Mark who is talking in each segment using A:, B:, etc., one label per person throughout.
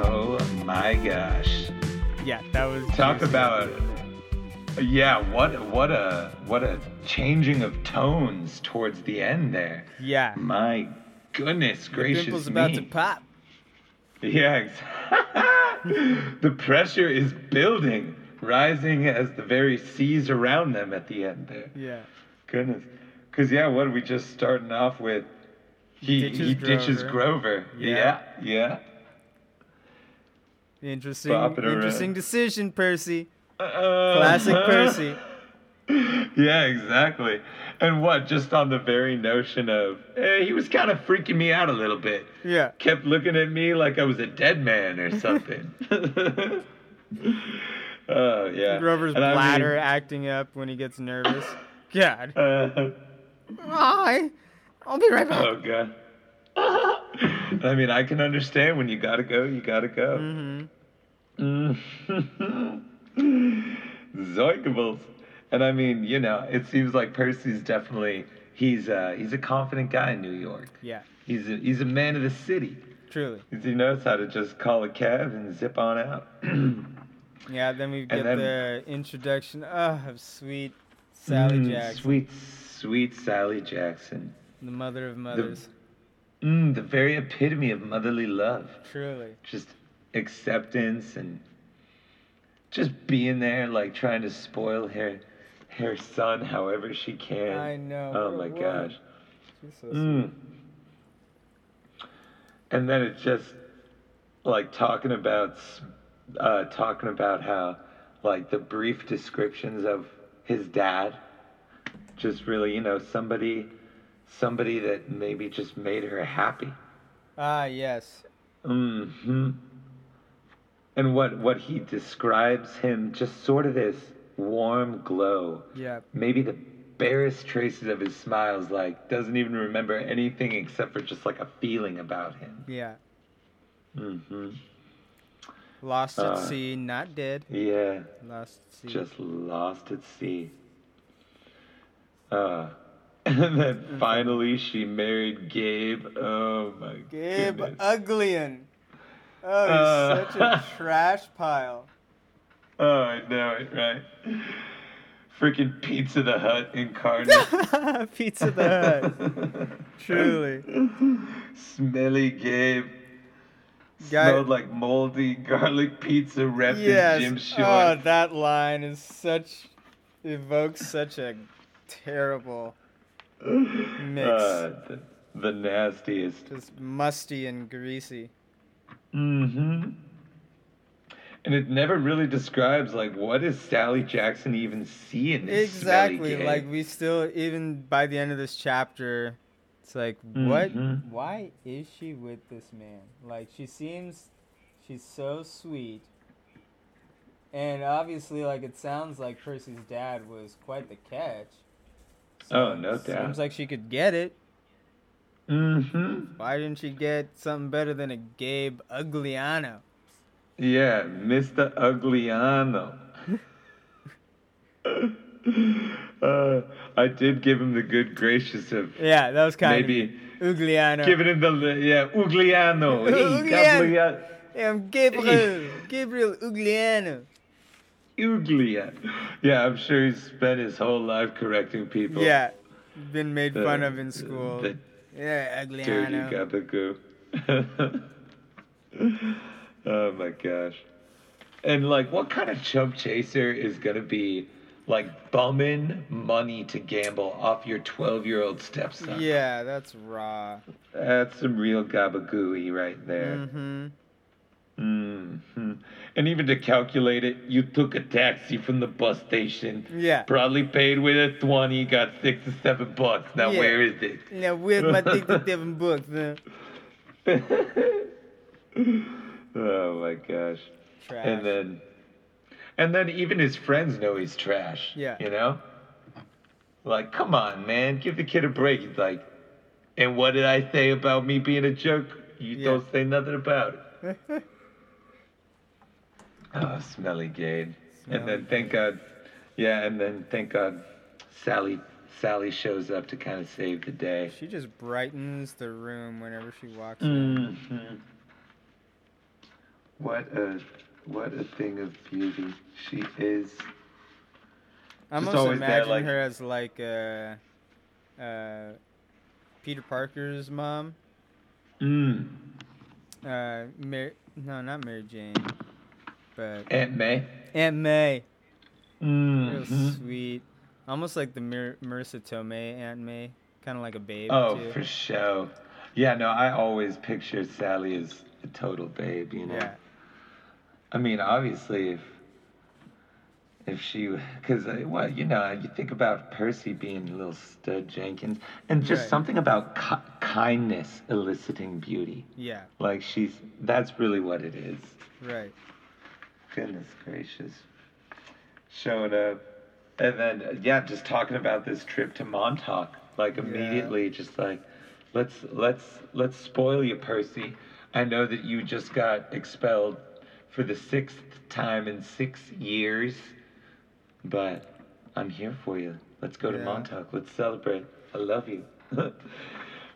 A: Oh my gosh.
B: Yeah, that was
A: Talk about yeah, what what a what a changing of tones towards the end there.
B: Yeah.
A: My goodness gracious
B: Pimple's
A: me.
B: about to pop.
A: Yeah. ex- the pressure is building, rising as the very seas around them at the end there.
B: Yeah.
A: Goodness. Cause yeah, what are we just starting off with? He
B: Ditches
A: he ditches Grover.
B: Yeah.
A: yeah. yeah.
B: Interesting.
A: Bop it around.
B: Interesting decision, Percy. Classic
A: Classic Uh-huh.
B: Percy.
A: Yeah, exactly. And what, just on the very notion of, eh, he was kind of freaking me out a little bit.
B: Yeah.
A: Kept looking at me like I was a dead man or something. oh, yeah.
B: Grover's
A: And I mean,
B: bladder acting up when he gets nervous. God.
A: uh,
B: Hi. I'll be right back.
A: oh, God. And I mean, I can understand when you gotta go, you gotta go.
B: hmm
A: Zoinkables. And I mean, you know, it seems like Percy's definitely he's uh he's a confident guy in New York.
B: Yeah.
A: He's a, he's a man of the city.
B: Truly.
A: He knows how to just call a cab and zip on out.
B: Yeah. Then we get
A: then-
B: the introduction oh, of sweet Sally
A: Mm,
B: Jackson,
A: Sweet, sweet Sally Jackson.
B: the mother of mothers.
A: Mm, the very epitome of motherly love.
B: Truly.
A: Just acceptance and just being there, like trying to spoil her her son however she can.
B: I know.
A: Oh my
B: What- what?
A: gosh.
B: She's so
A: Mm. And then it's just like talking about s- uh, talking about how like the brief descriptions of his dad just really you know somebody somebody that maybe just made her happy
B: Ah, yes.
A: hmm and what what he describes him just sort of this warm glow
B: Yeah.
A: maybe the barest traces of his smiles like doesn't even remember anything except for just like a feeling about him
B: Yeah.
A: hmm
B: Lost at
A: Uh,
B: sea, not dead.
A: yeah
B: Lost at sea.
A: just lost at sea uh, and then finally she married gabe oh my
B: Gabe
A: goodness.
B: Uglian. Oh, he's
A: Uh,
B: such a trash pile.
A: oh i know it right freaking pizza the hut incarnate
B: Pizza the Hut. Truly.
A: Smelly Gabe.
B: Guy-
A: Smelled like moldy garlic pizza wrapped in gym
B: Yes. Oh,
A: shorts.
B: that line is such evokes such a terrible, mix.
A: Uh, the, the nastiest.
B: just musty and greasy.
A: Mm-hmm. And it never really describes like what is Sally Jackson even seeing?
B: Exactly. Like we still even by the end of this chapter, it's like what?
A: Mhm.
B: Why is she with this man? Like she seems, she's so sweet. And obviously, like it sounds like Percy's dad was quite the catch.
A: Oh, no
B: it
A: doubt.
B: Seems like she could get it.
A: Mm-hmm.
B: Why didn't she get something better than a Gabe Ugliano?
A: Yeah, Mr. Ugliano. uh, I did give him the good gracious of
B: Yeah, that was kind
A: maybe
B: of Ugliano.
A: Giving him the li- yeah Ugliano. Hey,
B: Ugliano.
A: Gablia-
B: Yeah, I'm Gabriel, Gabriel Ugliano.
A: Uglia. Yeah, I'm sure he's spent his whole life correcting people.
B: Yeah, been made
A: The-
B: fun of in school.
A: The
B: Yeah,
A: dirty
B: Ugliano.
A: gabagoo. oh my gosh. And like, what kind of chump chaser is gonna be like bumming money to gamble off your 12 year old stepson?
B: Yeah, that's raw.
A: That's some real gabagooey right there.
B: Mm-hmm.
A: hmm And even to calculate it, you took a taxi from the bus station.
B: Yeah.
A: Probably paid with a 20, got six or seven bucks. Now,
B: Yeah.
A: where is it?
B: Now where's my dictative books? Huh?
A: oh my gosh.
B: Trash.
A: And then, and then even his friends know he's trash.
B: Yeah.
A: You know? Like, come on, man. Give the kid a break. He's like, and what did I say about me being a jerk? You
B: Yeah.
A: don't say nothing about it. Oh, smelly Gabe.
B: Smelly
A: and then thank God, yeah, and then thank God, Sally Sally shows up to kind of save the day.
B: she just
A: Mm.
B: Mm-hmm. brightens the room whenever she walks in.
A: Mm-hmm. What a what a thing of beauty she is.
B: I
A: Just
B: almost
A: always
B: imagine
A: there, like-
B: her as like uh, uh, Peter Parker's mom.
A: Mm.
B: Uh, Mar- no, not Mary Jane, but
A: Aunt May.
B: Aunt May. Real
A: Mm.
B: sweet, almost like the Mar- Marissa Tomei Aunt May, kind of like a babe
A: Oh,
B: too.
A: for sure. Yeah, no, I always picture Sally as a total babe, you know.
B: Yeah,
A: I mean, obviously, if if she, because what you know, you think about Percy being a little stud Jenkins, and just
B: Right.
A: something about ki- kindness eliciting beauty.
B: yeah,
A: Like she's, that's really what it is.
B: right.
A: Goodness gracious, showing up, and then uh, yeah, just talking about this trip to Montauk. Like immediately, just like, let's let's let's spoil you, Percy. I know that you just got expelled for the sixth time in six years, but I'm here for you. Let's go to
B: Yeah.
A: Montauk. Let's celebrate. I love you.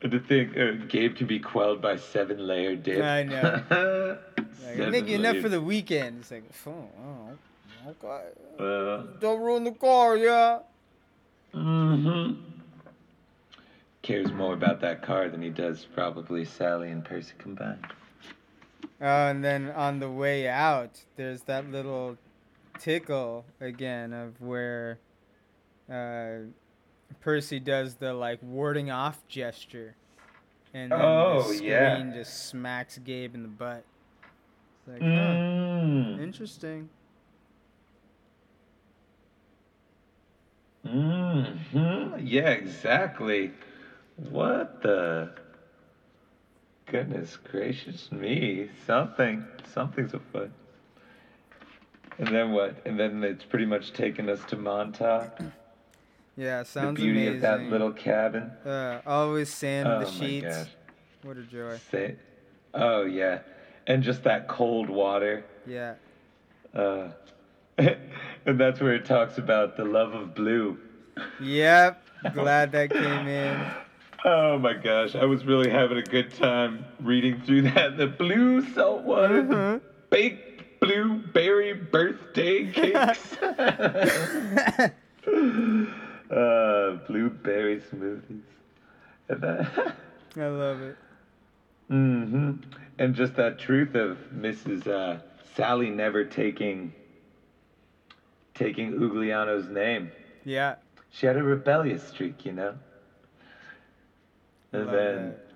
A: And to think uh, Gabe can be quelled by seven layer dip.
B: I know. Like, I
A: Seven
B: think enough
A: layer-
B: for the weekend. It's like, oh, oh, okay.
A: Uh,
B: Don't ruin the car, yeah.
A: hmm
B: Mm-hmm.
A: Cares more about that car than he does probably Sally and Percy combined.
B: Oh, and then on the way out, there's that little tickle again of where uh, Percy does the like warding off gesture, and then
A: Oh,
B: the screen
A: yeah.
B: just smacks Gabe in the butt. It's like, huh, Mm-hmm.
A: Mm.
B: interesting.
A: hmm Yeah, exactly. What the goodness gracious me. Something something's afoot. And then what? And then it's pretty much taken us to Montauk.
B: Yeah, sounds
A: the beauty
B: amazing.
A: of that little cabin.
B: uh, always sand in
A: oh
B: the
A: my
B: sheets.
A: gosh.
B: What a joy.
A: Say, oh yeah, and just that cold water.
B: Yeah.
A: Uh, and that's where it talks about the love of blue.
B: Yep. Glad that came in.
A: Oh my gosh, I was really having a good time reading through that. The blue salt water,
B: Mhm.
A: the baked blueberry birthday cakes. uh, blueberry smoothies. And that.
B: I love it.
A: hmm And just that truth of Mrs. Uh, Sally never taking taking Ugliano's name.
B: Yeah.
A: She had a rebellious streak, you know. And
B: Love
A: then
B: that.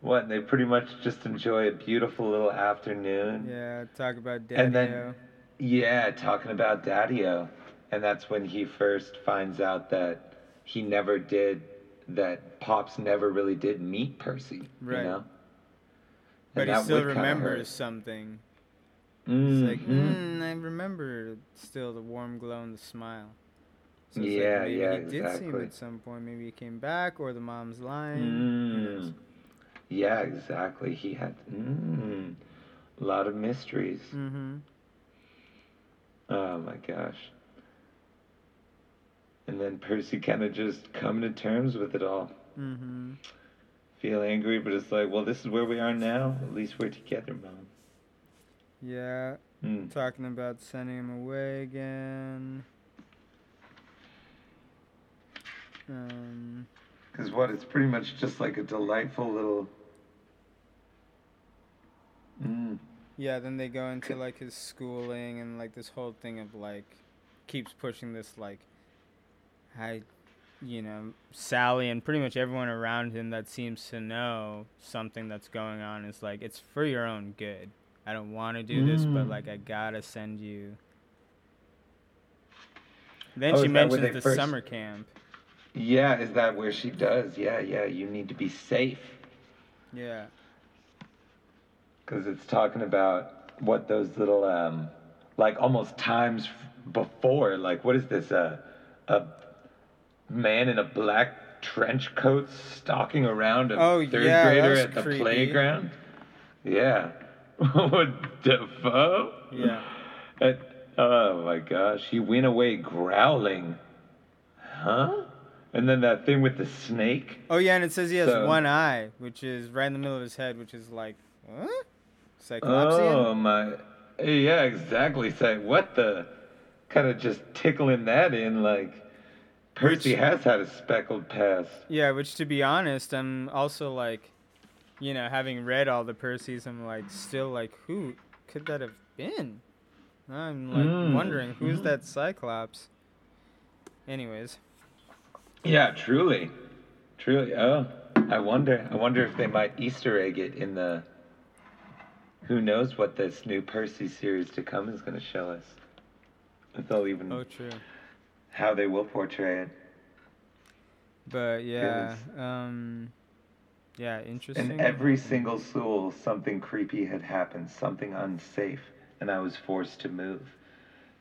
A: what? They pretty much just enjoy a beautiful little afternoon.
B: Yeah, talk about Daddy.
A: And then- Yeah, talking about Daddio. And that's when he first finds out that he never did, that Pops never really did meet Percy.
B: Right.
A: You know?
B: but
A: And
B: he
A: that
B: still
A: would kinda hurt.
B: remembers something. It's like,
A: Mhm.
B: mm, I remember still the warm glow and the smile. it's
A: Yeah,
B: maybe
A: yeah,
B: he did see him
A: exactly.
B: at some point. Maybe he came back, or the mom's lying. Who knows?
A: Mm. Yeah, exactly. He had mm, a lot of mysteries.
B: Mm-hmm.
A: Oh my gosh. And then Percy kind of just coming to terms with it all.
B: Mm-hmm.
A: Feel angry, but it's like, well, this is where we are now. At least we're together, Mom.
B: Yeah,
A: Mm.
B: talking about sending him away again. Um,
A: Because what? It's pretty much just like a delightful little. Mm.
B: Yeah, then they go into like his schooling and like this whole thing of like keeps pushing this like I you know, Sally and pretty much everyone around him that seems to know something that's going on is like it's for your own good. I don't want to do this, but
A: Mm.
B: like I got to send you. Then
A: Oh,
B: she
A: is that where
B: mentions
A: they
B: the
A: first-
B: summer camp.
A: Yeah, is that where she does? Yeah, yeah, you need to be safe.
B: Yeah.
A: because it's talking about what those little um like almost times f- before like what is this a a man in a black trench coat stalking around a
B: Oh,
A: third
B: yeah, that
A: grader
B: was
A: at the
B: creepy.
A: playground yeah what defoe
B: Yeah.
A: And- oh my gosh he went away growling huh and then that thing with the snake
B: Oh yeah, and it says he has
A: So-
B: one eye, which is right in the middle of his head, which is like, huh? Cyclopsian?
A: Oh my. Yeah, exactly. Say what the kind of just tickling that in like Percy
B: Which-
A: has had a speckled past.
B: Yeah, which to be honest, I'm also like, you know, having read all the Percys, I'm like, still like, who could that have been? I'm like
A: Mm,
B: wondering who's
A: mhm.
B: that Cyclops. Anyways,
A: Yeah, truly. Truly. Oh, I wonder. I wonder if they might Easter egg it in the. Who knows what this new Percy series to come is going to show us? If they'll even.
B: oh true,
A: How they will portray it.
B: but yeah,
A: Yes.
B: um, yeah, interesting.
A: In every single soul, something creepy had happened, something unsafe, and I was forced to move.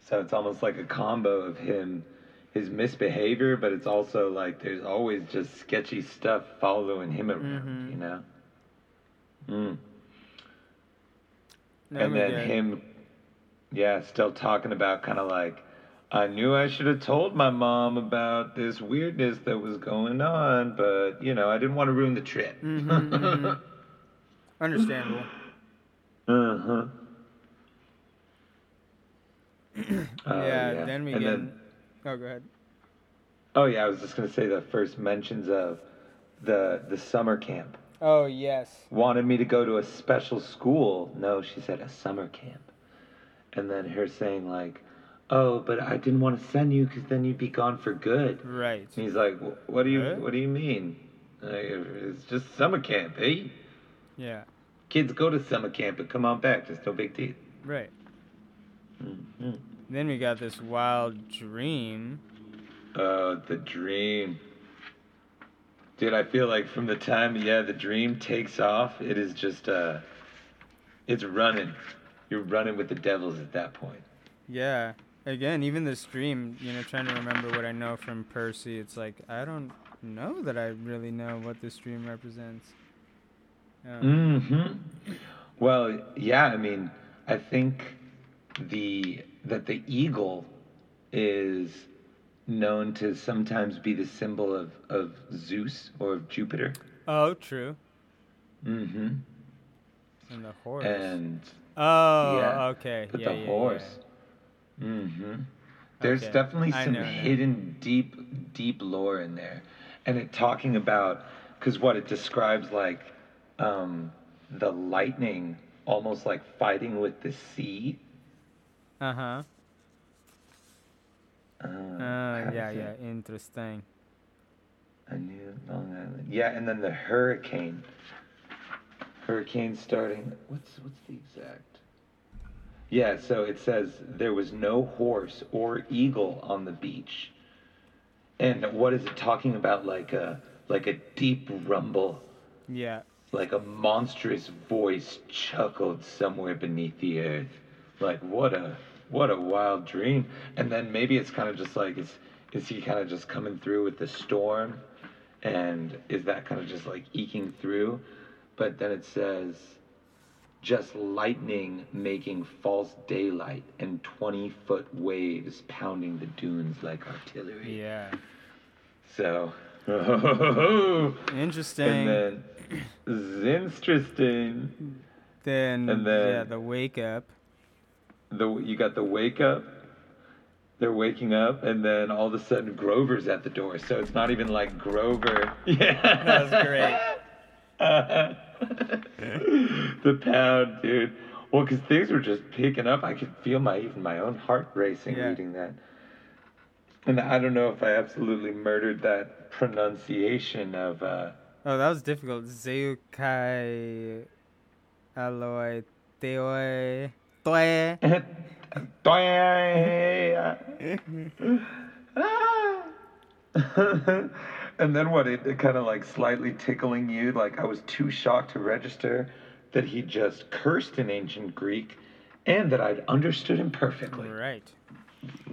A: So it's almost like a combo of him, his misbehavior, but it's also like there's always just sketchy stuff following him around,
B: Mhm.
A: you know? Mm.
B: No,
A: and
B: we
A: then
B: get-
A: him, yeah, still talking about kind of like, I knew I should have told my mom about this weirdness that was going on, but, you know, I didn't want to ruin the trip.
B: Mhm, mhm. understandable.
A: Uh-huh. Uh,
B: yeah, then we
A: and
B: get.
A: Then,
B: oh, go ahead.
A: oh yeah, I was just gonna say the first mentions of the the summer camp
B: Oh yes.
A: wanted me to go to a special school. No, she said a summer camp, and then her saying like, "Oh, but I didn't want to send you because then you'd be gone for good."
B: Right.
A: And he's like, "Wh- "What do you
B: Huh?
A: What do you mean? Like, it's just summer camp, eh?
B: Yeah.
A: Kids go to summer camp and come on back. It's no big deal."
B: Right. Mm-hmm.
A: Mhm.
B: Then we got this wild dream.
A: Oh, the dream. Dude, I feel like from the time, yeah, the dream takes off, it is just, uh, it's running. You're running with the devils at that point.
B: Yeah. Again, even this dream, you know, trying to remember what I know from Percy, it's like I don't know that I really know what this dream represents.
A: Mm.
B: Um,
A: Mm-hmm. Well, yeah, I mean, I think the that the eagle is known to sometimes be the symbol of, of Zeus or of Jupiter.
B: Oh, true.
A: Mm-hmm.
B: And the horse.
A: And
B: oh,
A: yeah,
B: okay.
A: But
B: yeah,
A: the
B: yeah,
A: horse. Mm-hmm. There's
B: Okay.
A: definitely
B: I
A: some
B: know now.
A: hidden deep, deep lore in there, and it talking about because what it describes like um, the lightning almost like fighting with the sea.
B: Yeah. Uh huh.
A: Uh,
B: Oh, yeah, yeah. Interesting.
A: A new Long Island. Yeah, and then the hurricane. Hurricane starting. What's what's the exact? Yeah, so it says there was no horse or eagle on the beach. And what is it talking about? Like a like a deep rumble,
B: Yeah.
A: like a monstrous voice chuckled somewhere beneath the earth. Like what a what a wild dream. And then maybe it's kind of just like is is he kind of just coming through with the storm, and is that kind of just like eking through? But then it says, just lightning making false daylight and twenty foot waves pounding the dunes like artillery.
B: Yeah.
A: So.
B: Interesting.
A: And then it's interesting.
B: then,
A: and
B: yeah,
A: then-
B: the wake up.
A: The you got the wake up. They're waking up, and then all of a sudden Grover's at the door. So it's not even like Grover. Yeah,
B: That was great.
A: the pound, dude. Well, because things were just picking up. I could feel my even my own heart racing
B: Yeah.
A: reading that. And I don't know if I absolutely murdered that pronunciation of. Uh,
B: Oh, that was difficult. Zeukai Alloy Teoi Toi.
A: and then what? It, it kind of like slightly tickling you. Like I was too shocked to register that he just cursed in ancient Greek, and that I'd understood him perfectly.
B: Right.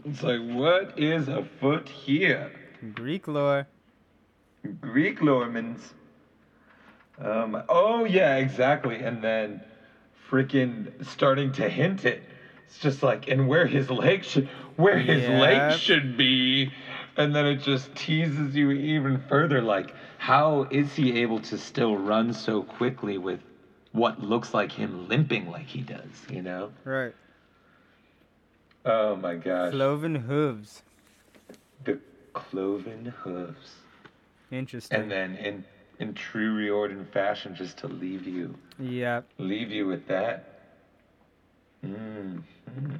A: It's like what is afoot here,
B: Greek lore.
A: Greek lormans? Um. Oh yeah, exactly. And then, freaking starting to hint it. It's just like, and where his leg should, where his
B: Yep.
A: leg should be, and then it just teases you even further. Like, how is he able to still run so quickly with what looks like him limping like he does, you know?
B: Right.
A: Oh my gosh.
B: Cloven hooves.
A: the cloven hooves.
B: Interesting.
A: And then in in true Riordan fashion, just to leave you
B: yeah.
A: leave you with that. Mm. mm.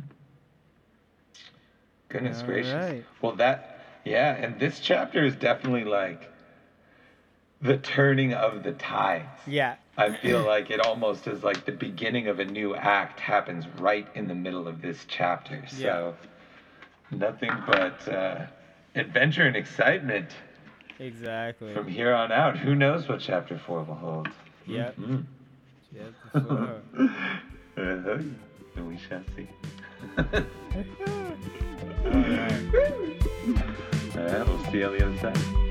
A: Goodness
B: All
A: gracious.
B: right.
A: Well, that, yeah, and this chapter is definitely like the turning of the tides.
B: Yeah.
A: I feel like it almost is like the beginning of a new act happens right in the middle of this chapter. So, nothing but uh, adventure and excitement
B: Exactly.
A: from here on out. Who knows what chapter four will hold?
B: Yep.
A: Mm.
B: Yep. Whoa.
A: Uh-huh. And we shall see.
B: All right.
A: Alright, we'll see you on the other side.